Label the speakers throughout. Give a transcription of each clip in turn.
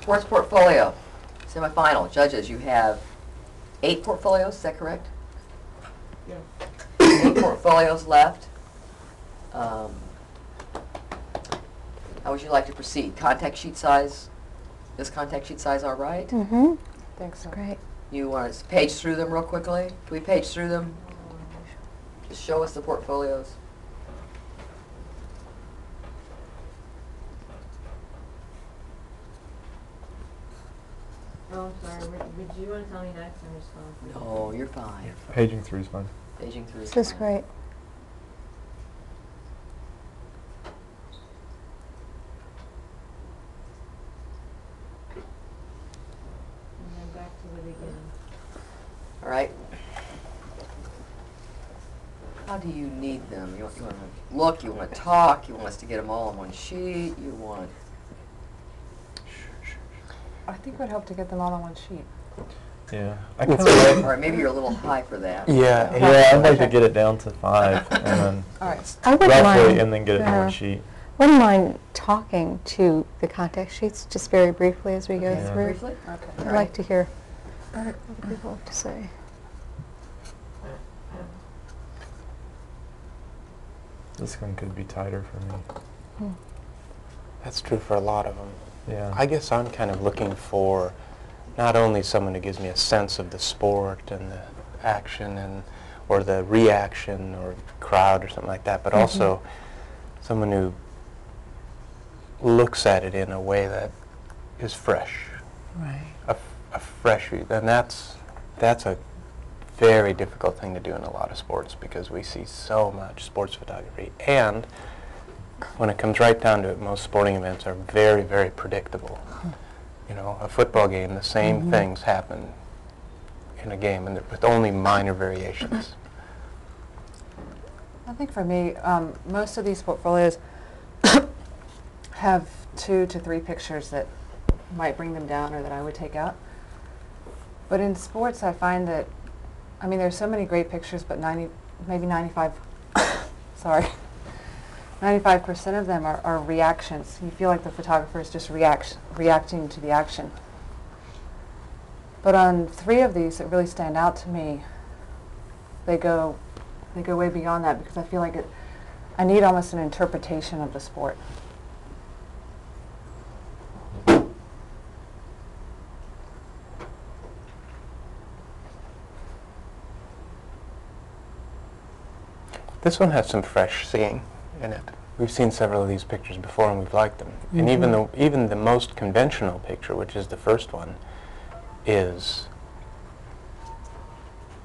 Speaker 1: Sports portfolio, semifinal, judges, you have eight portfolios, is that correct?
Speaker 2: Yeah.
Speaker 1: Eight portfolios left. Um, How would you like to proceed? Contact sheet size, is contact sheet size all right?
Speaker 3: Mm-hmm.
Speaker 2: Think so.
Speaker 3: Great.
Speaker 1: You want us to page through them real quickly? Can we page through them? Just show us the portfolios.
Speaker 4: Oh, I'm sorry, would, would you wanna tell me next, I'm just going.
Speaker 1: No, you're fine.
Speaker 5: Paging through is fine.
Speaker 1: Paging through.
Speaker 3: This is
Speaker 1: fine.
Speaker 3: great.
Speaker 4: And then back to the beginning.
Speaker 1: All right. How do you need them? You want, you want to look, you want to talk, you want us to get them all on one sheet, you want,
Speaker 2: I think it would help to get them all on one sheet.
Speaker 5: Yeah. I
Speaker 6: That's
Speaker 5: kinda
Speaker 1: all
Speaker 5: like-
Speaker 1: right, maybe you're a little high for that.
Speaker 6: Yeah,
Speaker 5: yeah, Um, I'd like to
Speaker 2: Okay.
Speaker 5: get it down to five and then
Speaker 2: All right.
Speaker 3: I wouldn't
Speaker 5: roughly,
Speaker 3: mind.
Speaker 5: and then get it in
Speaker 3: yeah.
Speaker 5: one sheet.
Speaker 3: Wouldn't mind talking to the contact sheets just very briefly as we go
Speaker 5: Okay. Yeah.
Speaker 3: through.
Speaker 1: Briefly?
Speaker 2: Okay.
Speaker 3: I'd
Speaker 1: All
Speaker 3: like
Speaker 1: right.
Speaker 3: to hear what other people have to say.
Speaker 5: This one could be tighter for me.
Speaker 6: that's true for a lot of them.
Speaker 5: Yeah.
Speaker 6: I guess I'm kind of looking for not only someone who gives me a sense of the sport and the action and or the reaction or crowd or something like that, but also someone who looks at it in a way that is fresh,
Speaker 3: Right.
Speaker 6: a, f- a fresh view. And that's that's a very difficult thing to do in a lot of sports because we see so much sports photography and when it comes right down to it, most sporting events are very, very predictable. You know, a football game, the same things happen in a game, and there- with only minor variations.
Speaker 2: I think for me, um, most of these portfolios have two to three pictures that might bring them down or that I would take out. But in sports, I find that, I mean, there's so many great pictures, but 90, maybe 95, sorry, 95% of them are, are reactions. You feel like the photographer is just react, reacting to the action. But on three of these that really stand out to me, they go they go way beyond that because I feel like it, I need almost an interpretation of the sport.
Speaker 6: This one has some fresh seeing in it. We've seen several of these pictures before, and we've liked them.
Speaker 3: Mm-hmm.
Speaker 6: And even the even the most conventional picture, which is the first one, is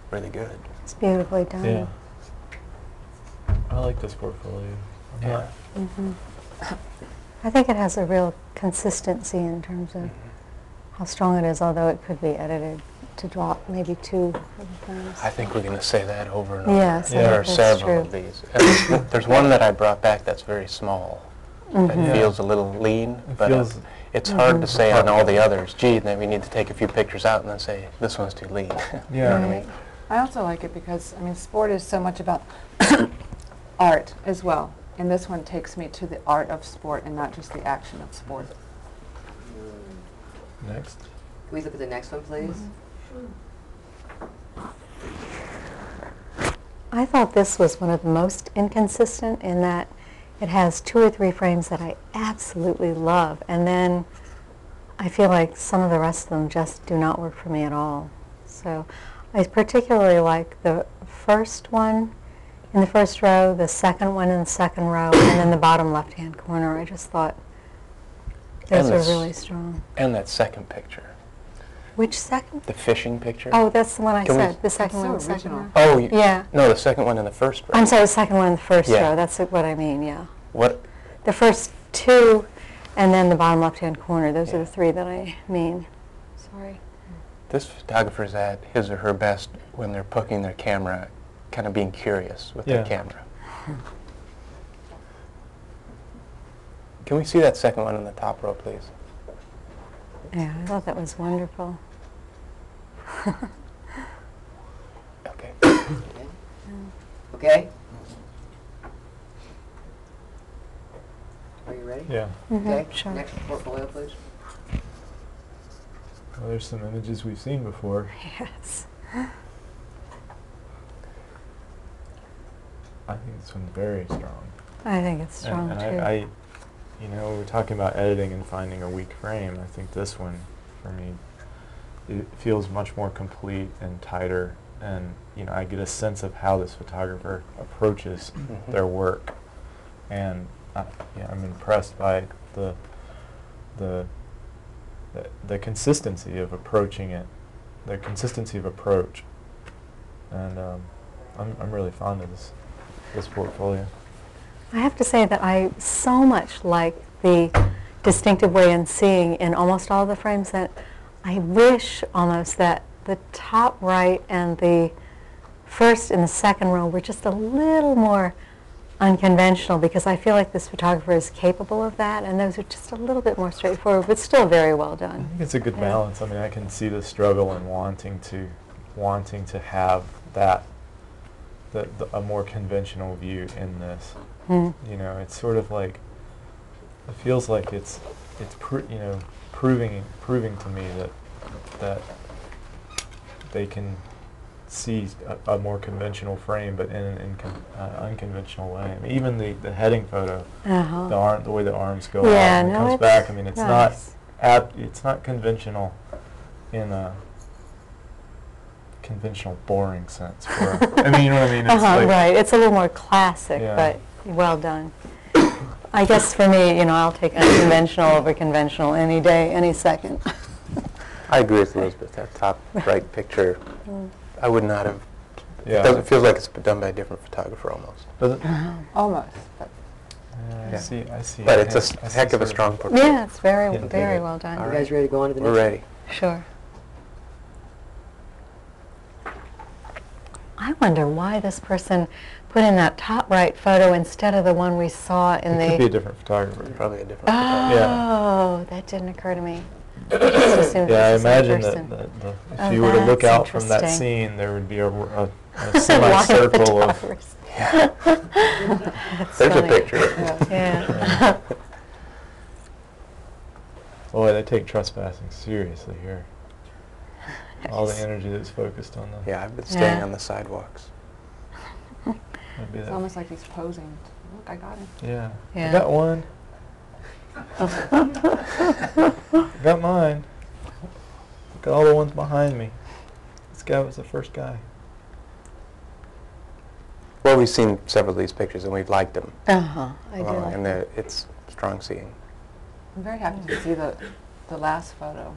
Speaker 6: really good.
Speaker 3: It's beautifully done.
Speaker 5: Yeah. I like this portfolio. I'm
Speaker 6: Yeah.
Speaker 5: not-
Speaker 3: hmm I think it has a real consistency in terms of
Speaker 6: Mm-hmm.
Speaker 3: how strong it is, although it could be edited to drop maybe two of the things.
Speaker 6: I think we're going to say that over and over.
Speaker 3: Yes, I
Speaker 6: there are
Speaker 3: think that's
Speaker 6: several of
Speaker 3: true.
Speaker 6: these. And there's- there's one that I brought back that's very small.
Speaker 2: Mm-hmm.
Speaker 6: It
Speaker 3: Mm-hmm.
Speaker 5: Mhm. Yeah.
Speaker 6: feels a little lean,
Speaker 5: It
Speaker 6: but uh,
Speaker 5: feels-
Speaker 6: it's hard to say on all the
Speaker 5: Mhm.
Speaker 6: others. Gee, then we need to take a few pictures out and then say this one's too lean.
Speaker 5: Yeah.
Speaker 6: you know what I mean?
Speaker 2: I also like it because I mean, sport is so much about art as well, and this one takes me to the art of sport and not just the action of sport.
Speaker 5: Next.
Speaker 1: Can we look at the next one, please?
Speaker 4: Oh,
Speaker 3: I thought this was one of the most inconsistent in that it has two or three frames that I absolutely love, and then I feel like some of the rest of them just do not work for me at all. So I particularly like the first one in the first row, the second one in the second row, and then the bottom left-hand corner. I just thought those
Speaker 6: And
Speaker 3: were
Speaker 6: this-
Speaker 3: really strong.
Speaker 6: And that second picture,
Speaker 3: Which second?
Speaker 6: the fishing picture.
Speaker 3: Oh, that's the one I
Speaker 6: Can we-
Speaker 3: said. The second
Speaker 2: so
Speaker 3: one, in the second
Speaker 2: original.
Speaker 3: row.
Speaker 6: Oh, you,
Speaker 3: Yeah.
Speaker 6: no, the second one in the first row.
Speaker 3: I'm sorry, the second one in the first
Speaker 6: Yeah.
Speaker 3: row. That's what I mean, yeah.
Speaker 6: What?
Speaker 3: The first two, and then the bottom left-hand corner. Those are
Speaker 6: Yeah.
Speaker 3: the three that I mean. Sorry.
Speaker 6: This photographer's at his or her best when they're poking their camera, kind of being curious with their
Speaker 5: Yeah.
Speaker 6: camera. Can we see that second one in the top row, please?
Speaker 3: Yeah, I thought that was wonderful.
Speaker 6: Okay.
Speaker 3: Mm-hmm.
Speaker 1: Okay. Okay? Are you ready?
Speaker 5: Yeah.
Speaker 3: Mhm,
Speaker 1: Okay,
Speaker 3: Mm-hmm. sure.
Speaker 1: next portfolio, please.
Speaker 5: Well, there's some images we've seen before.
Speaker 3: Yes.
Speaker 5: I think this one's very strong.
Speaker 3: I think it's strong
Speaker 5: and
Speaker 3: too.
Speaker 5: I, I, you know, we're talking about editing and finding a weak frame. I think this one, for me, it feels much more complete and tighter. And you know, I get a sense of how this photographer approaches
Speaker 6: Mhm.
Speaker 5: their work, and I, yeah, I'm impressed by the the the- the consistency of approaching it, the consistency of approach, and um, I'm I'm really fond of this this portfolio.
Speaker 3: I have to say that I so much like the distinctive way in seeing in almost all the frames that I wish almost that the top right and the first and the second row were just a little more unconventional because I feel like this photographer is capable of that and those are just a little bit more straightforward but still very well
Speaker 5: I
Speaker 3: done.
Speaker 5: think it's a good
Speaker 3: Yeah.
Speaker 5: balance. I mean, I can see the struggle and wanting to, wanting to have that, the, the, a more conventional view in this.
Speaker 3: Hmm.
Speaker 5: You know, it's sort of like, it feels like it's, it's pr- you know, proving, proving to me that, that they can see a, a more conventional frame, but in an incon- uh, unconventional way. I mean, even the, the heading photo,
Speaker 3: Uh-huh.
Speaker 5: the arm, the way the arms go out
Speaker 3: yeah,
Speaker 5: and it
Speaker 3: no,
Speaker 5: comes
Speaker 3: it's
Speaker 5: back. I mean, it's not
Speaker 3: nice.
Speaker 5: ab- it's not conventional in a conventional boring sense for a- I mean you know what I mean it's
Speaker 3: uh-huh,
Speaker 5: like
Speaker 3: right. It's a little more classic,
Speaker 5: Yeah.
Speaker 3: but well done. I guess for me, you know, I'll take unconventional over conventional any day, any second.
Speaker 6: I agree with Elizabeth. That top right picture, I would not have.
Speaker 5: yeah
Speaker 6: It feels like it's been done by a different photographer almost.
Speaker 5: doesn't- yeah,
Speaker 2: Almost. But
Speaker 5: I
Speaker 6: Yeah.
Speaker 5: see I see
Speaker 6: But
Speaker 5: I
Speaker 6: it's a
Speaker 5: see-
Speaker 6: s-
Speaker 5: I see
Speaker 6: heck of a
Speaker 5: sort
Speaker 6: strong portfolio.
Speaker 3: Yeah, it's very,
Speaker 5: Yeah,
Speaker 3: very
Speaker 5: David.
Speaker 3: well done.
Speaker 6: All
Speaker 1: You
Speaker 6: right.
Speaker 1: guys ready to go on to the
Speaker 6: We're
Speaker 1: next?
Speaker 6: ready.
Speaker 3: Sure. I wonder why this person put in that top right photo instead of the one we saw in
Speaker 5: it
Speaker 3: the.
Speaker 5: could be a different photographer
Speaker 6: Probably a different
Speaker 3: oh,
Speaker 6: photographer.
Speaker 3: that didn't occur to me. I just assumed
Speaker 5: yeah I
Speaker 3: it was the same
Speaker 5: imagine that,
Speaker 3: person.
Speaker 5: that the, if
Speaker 3: Oh,
Speaker 5: you were to look
Speaker 3: that's
Speaker 5: out from that
Speaker 3: interesting.
Speaker 5: scene there would be a, a,
Speaker 3: Line
Speaker 5: a
Speaker 3: of
Speaker 5: semicircle of
Speaker 3: photographers.
Speaker 6: Yeah.
Speaker 3: That's
Speaker 6: There's a
Speaker 3: funny.
Speaker 6: picture.
Speaker 2: Yeah.
Speaker 3: Yeah.
Speaker 5: boy they take trespassing seriously here all the energy that's focused on them
Speaker 6: Yeah, I've been staying
Speaker 3: Yeah.
Speaker 6: on the sidewalks.
Speaker 5: That'd be
Speaker 2: it's
Speaker 5: that-
Speaker 2: almost like he's posing. Look, I got him.
Speaker 5: yeah
Speaker 3: Yeah.
Speaker 5: I got one I got mine. Look at all the ones behind me. This guy was the first guy.
Speaker 6: Well, we've seen several of these pictures and we've liked them.
Speaker 3: Uh-huh, I do
Speaker 6: Uh,
Speaker 3: like
Speaker 6: and
Speaker 3: that.
Speaker 6: they're- it's strong seeing.
Speaker 2: I'm very happy to see the, the last photo.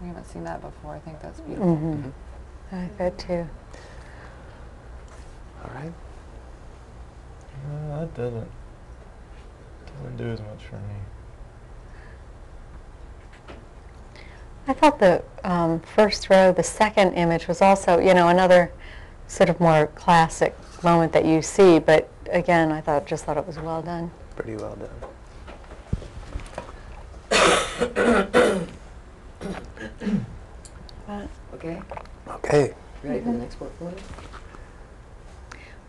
Speaker 2: We haven't seen that before. I think that's beautiful.
Speaker 3: Mm-hmm. I like that too.
Speaker 6: All right.
Speaker 5: No, Uh, that doesn't doesn't do as much for me.
Speaker 3: I thought the um, first row, the second image was also, you know, another sort of more classic moment that you see. But again, I thought just thought it was well done.
Speaker 6: Pretty well done.
Speaker 3: But
Speaker 1: Okay,
Speaker 6: Okay.
Speaker 1: ready
Speaker 3: Mm-hmm.
Speaker 1: for the next portfolio?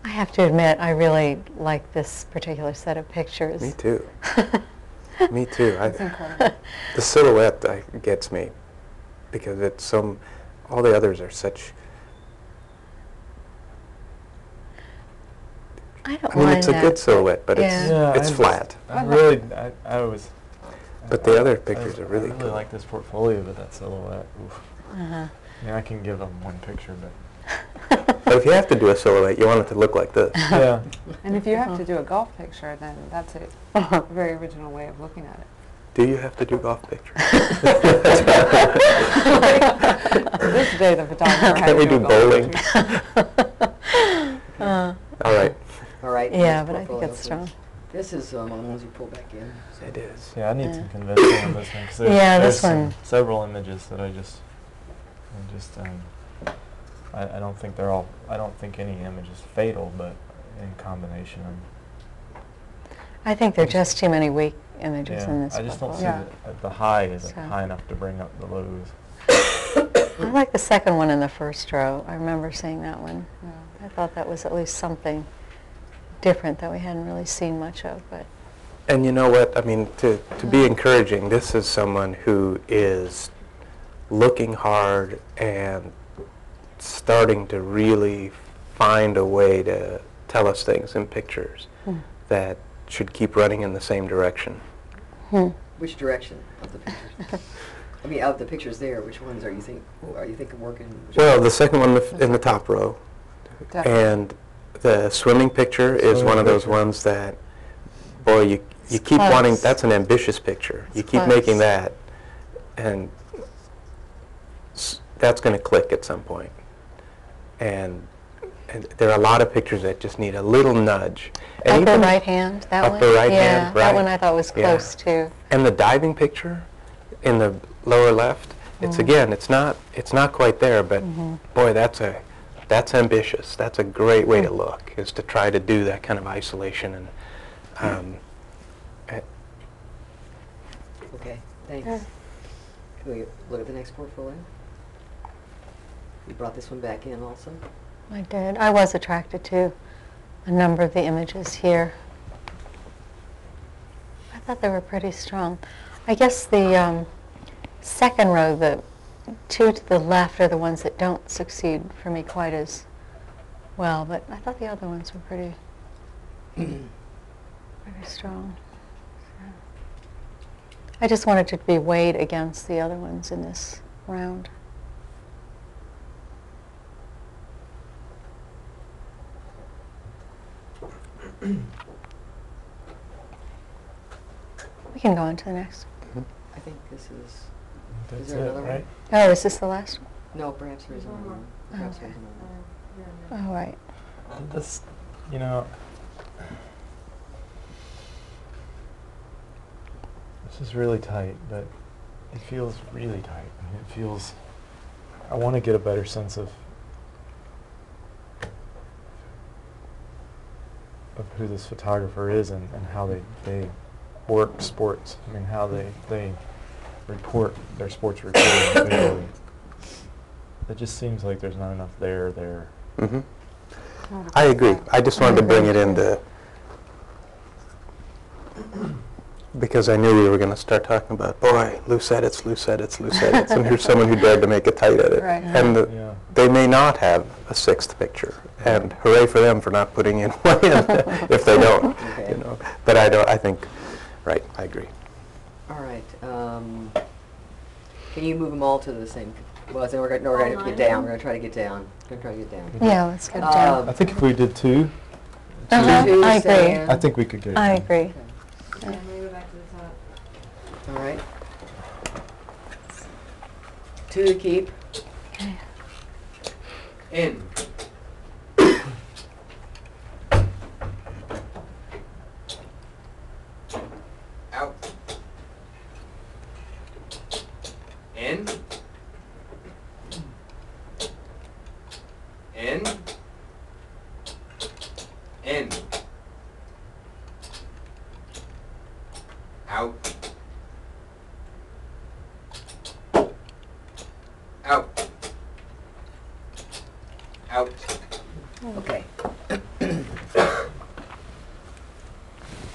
Speaker 3: I have to admit, I really like this particular set of pictures.
Speaker 6: Me too. Me too. I,
Speaker 2: It's incredible.
Speaker 6: the silhouette uh, gets me because it's some. All the others are such.
Speaker 3: I don't
Speaker 6: I mean,
Speaker 3: mind
Speaker 6: it's a
Speaker 3: that.
Speaker 6: good silhouette, but it's
Speaker 3: Yeah.
Speaker 5: I
Speaker 6: it's
Speaker 5: just-
Speaker 6: flat.
Speaker 5: I
Speaker 2: Well,
Speaker 5: really, I, I was.
Speaker 6: But the
Speaker 5: I-
Speaker 6: other
Speaker 5: I-
Speaker 6: pictures are really
Speaker 5: I really
Speaker 6: cool.
Speaker 5: like this portfolio, but that silhouette. Oof.
Speaker 3: Uh-huh.
Speaker 5: I mean, I can give them one picture, but
Speaker 6: But if you have to do a silhouette, you want it to look like this.
Speaker 5: yeah,
Speaker 2: And if you have to do a golf picture, then that's a very original way of looking at it.
Speaker 6: Do you have to do golf pictures?
Speaker 2: this day, the photographer had
Speaker 6: Can't we
Speaker 2: to
Speaker 6: do
Speaker 2: a golf
Speaker 6: bowling?
Speaker 2: picture.
Speaker 3: Uh,
Speaker 6: All right.
Speaker 1: All right.
Speaker 3: yeah,
Speaker 1: next
Speaker 3: but I think
Speaker 1: portfolio,
Speaker 3: it's
Speaker 1: please.
Speaker 3: strong.
Speaker 1: This is, um, as long as you pull back in. so-
Speaker 6: It is.
Speaker 5: yeah. I need
Speaker 3: Yeah.
Speaker 5: some convincing on this one because there's,
Speaker 3: Yeah,
Speaker 5: there's
Speaker 3: this
Speaker 5: some-
Speaker 3: one.
Speaker 5: several images that I just, I just, um, I, I don't think they're all. I don't think any image is fatal, but in combination, I'm
Speaker 3: I think there are just too many weak images
Speaker 5: Yeah,
Speaker 3: in this
Speaker 5: I just don't
Speaker 3: book.
Speaker 5: see
Speaker 2: Yeah.
Speaker 5: that the high is
Speaker 3: So-
Speaker 5: high enough to bring up the lows.
Speaker 3: I like the second one in the first row. I remember seeing that one.
Speaker 2: Yeah.
Speaker 3: I thought that was at least something different that we hadn't really seen much of, but
Speaker 6: And you know what? I mean, to, to be encouraging, this is someone who is looking hard and starting to really find a way to tell us things in pictures
Speaker 3: Hmm.
Speaker 6: that should keep running in the same direction.
Speaker 3: Hmm.
Speaker 1: Which direction of the pictures? I mean, of the pictures there, which ones are you think, are you thinking working? which
Speaker 6: Well, the second one the f- in the top row, and the swimming picture is
Speaker 5: Swimming
Speaker 6: one of those
Speaker 5: picture.
Speaker 6: ones that, boy, you you
Speaker 3: It's
Speaker 6: keep wanting.
Speaker 3: close.
Speaker 6: That's an ambitious picture. you
Speaker 3: It's
Speaker 6: keep
Speaker 3: close.
Speaker 6: making that, and s- that's going to click at some point. And and there are a lot of pictures that just need a little nudge. And
Speaker 3: upper
Speaker 6: even-
Speaker 3: right hand, that one?
Speaker 6: Upper right
Speaker 3: yeah,
Speaker 6: hand,
Speaker 3: that
Speaker 6: right.
Speaker 3: one I thought was
Speaker 6: Yeah.
Speaker 3: close too.
Speaker 6: And the diving picture in the lower left,
Speaker 3: Mm.
Speaker 6: it's again, it's not, it's not quite there, but
Speaker 3: Mm-hmm.
Speaker 6: boy, that's a, that's ambitious. That's a great way to look, is to try to do that kind of isolation and, um, eh,
Speaker 1: ones? Okay, thanks. Can we look at the next portfolio? You brought this one back in also?
Speaker 3: I did. I was attracted to a number of the images here. I thought they were pretty strong. I guess the um, second row, the two to the left are the ones that don't succeed for me quite as well, but I thought the other ones were pretty, pretty strong. I just wanted to be weighed against the other ones in this round. We can go on to the next.
Speaker 1: I think this is,
Speaker 5: That's
Speaker 1: there
Speaker 5: it,
Speaker 1: another one?
Speaker 5: right?
Speaker 3: Oh, is this the last one?
Speaker 1: no, perhaps there is
Speaker 4: There's one
Speaker 1: another
Speaker 4: more.
Speaker 1: one. Perhaps there is
Speaker 3: Okay.
Speaker 1: another
Speaker 3: Oh,
Speaker 1: one.
Speaker 4: Uh, Yeah, no.
Speaker 3: All right.
Speaker 5: This, you know, this is really tight, but it feels really tight. I mean, It feels. I want to get a better sense of of who this photographer is and, and how they, they work sports. I mean, how they they report their sports reporting. visually. it just seems like there's not enough there there.
Speaker 6: mhm. I agree. I just wanted to bring it into, because I knew we were going to start talking about, boy, loose edits, loose edits, loose edits, and here's someone who dared to make a tight edit.
Speaker 2: Right.
Speaker 6: And the,
Speaker 5: Yeah.
Speaker 6: they may not have a sixth picture, and hooray for them for not putting in one in if they don't.
Speaker 1: Okay.
Speaker 6: You know, but I don't. I think, right? I agree.
Speaker 1: All right, um, can you move them all to the same, well, then we're gonna, no, we're gonna have to get
Speaker 4: Online?
Speaker 1: down, we're gonna try to get down, we're gonna try to get down.
Speaker 3: Yeah, let's go
Speaker 1: Um,
Speaker 3: down.
Speaker 5: I think if we did two,
Speaker 3: Uh-huh,
Speaker 1: Two,
Speaker 3: I agree.
Speaker 1: Sam.
Speaker 5: I think we could get. it
Speaker 3: I
Speaker 5: done.
Speaker 3: agree.
Speaker 4: Yeah, I'm gonna go back to the top.
Speaker 1: All right. Two to keep.
Speaker 3: Okay.
Speaker 1: In.
Speaker 7: out. In. In. In. Out. Out. Out.
Speaker 1: Okay.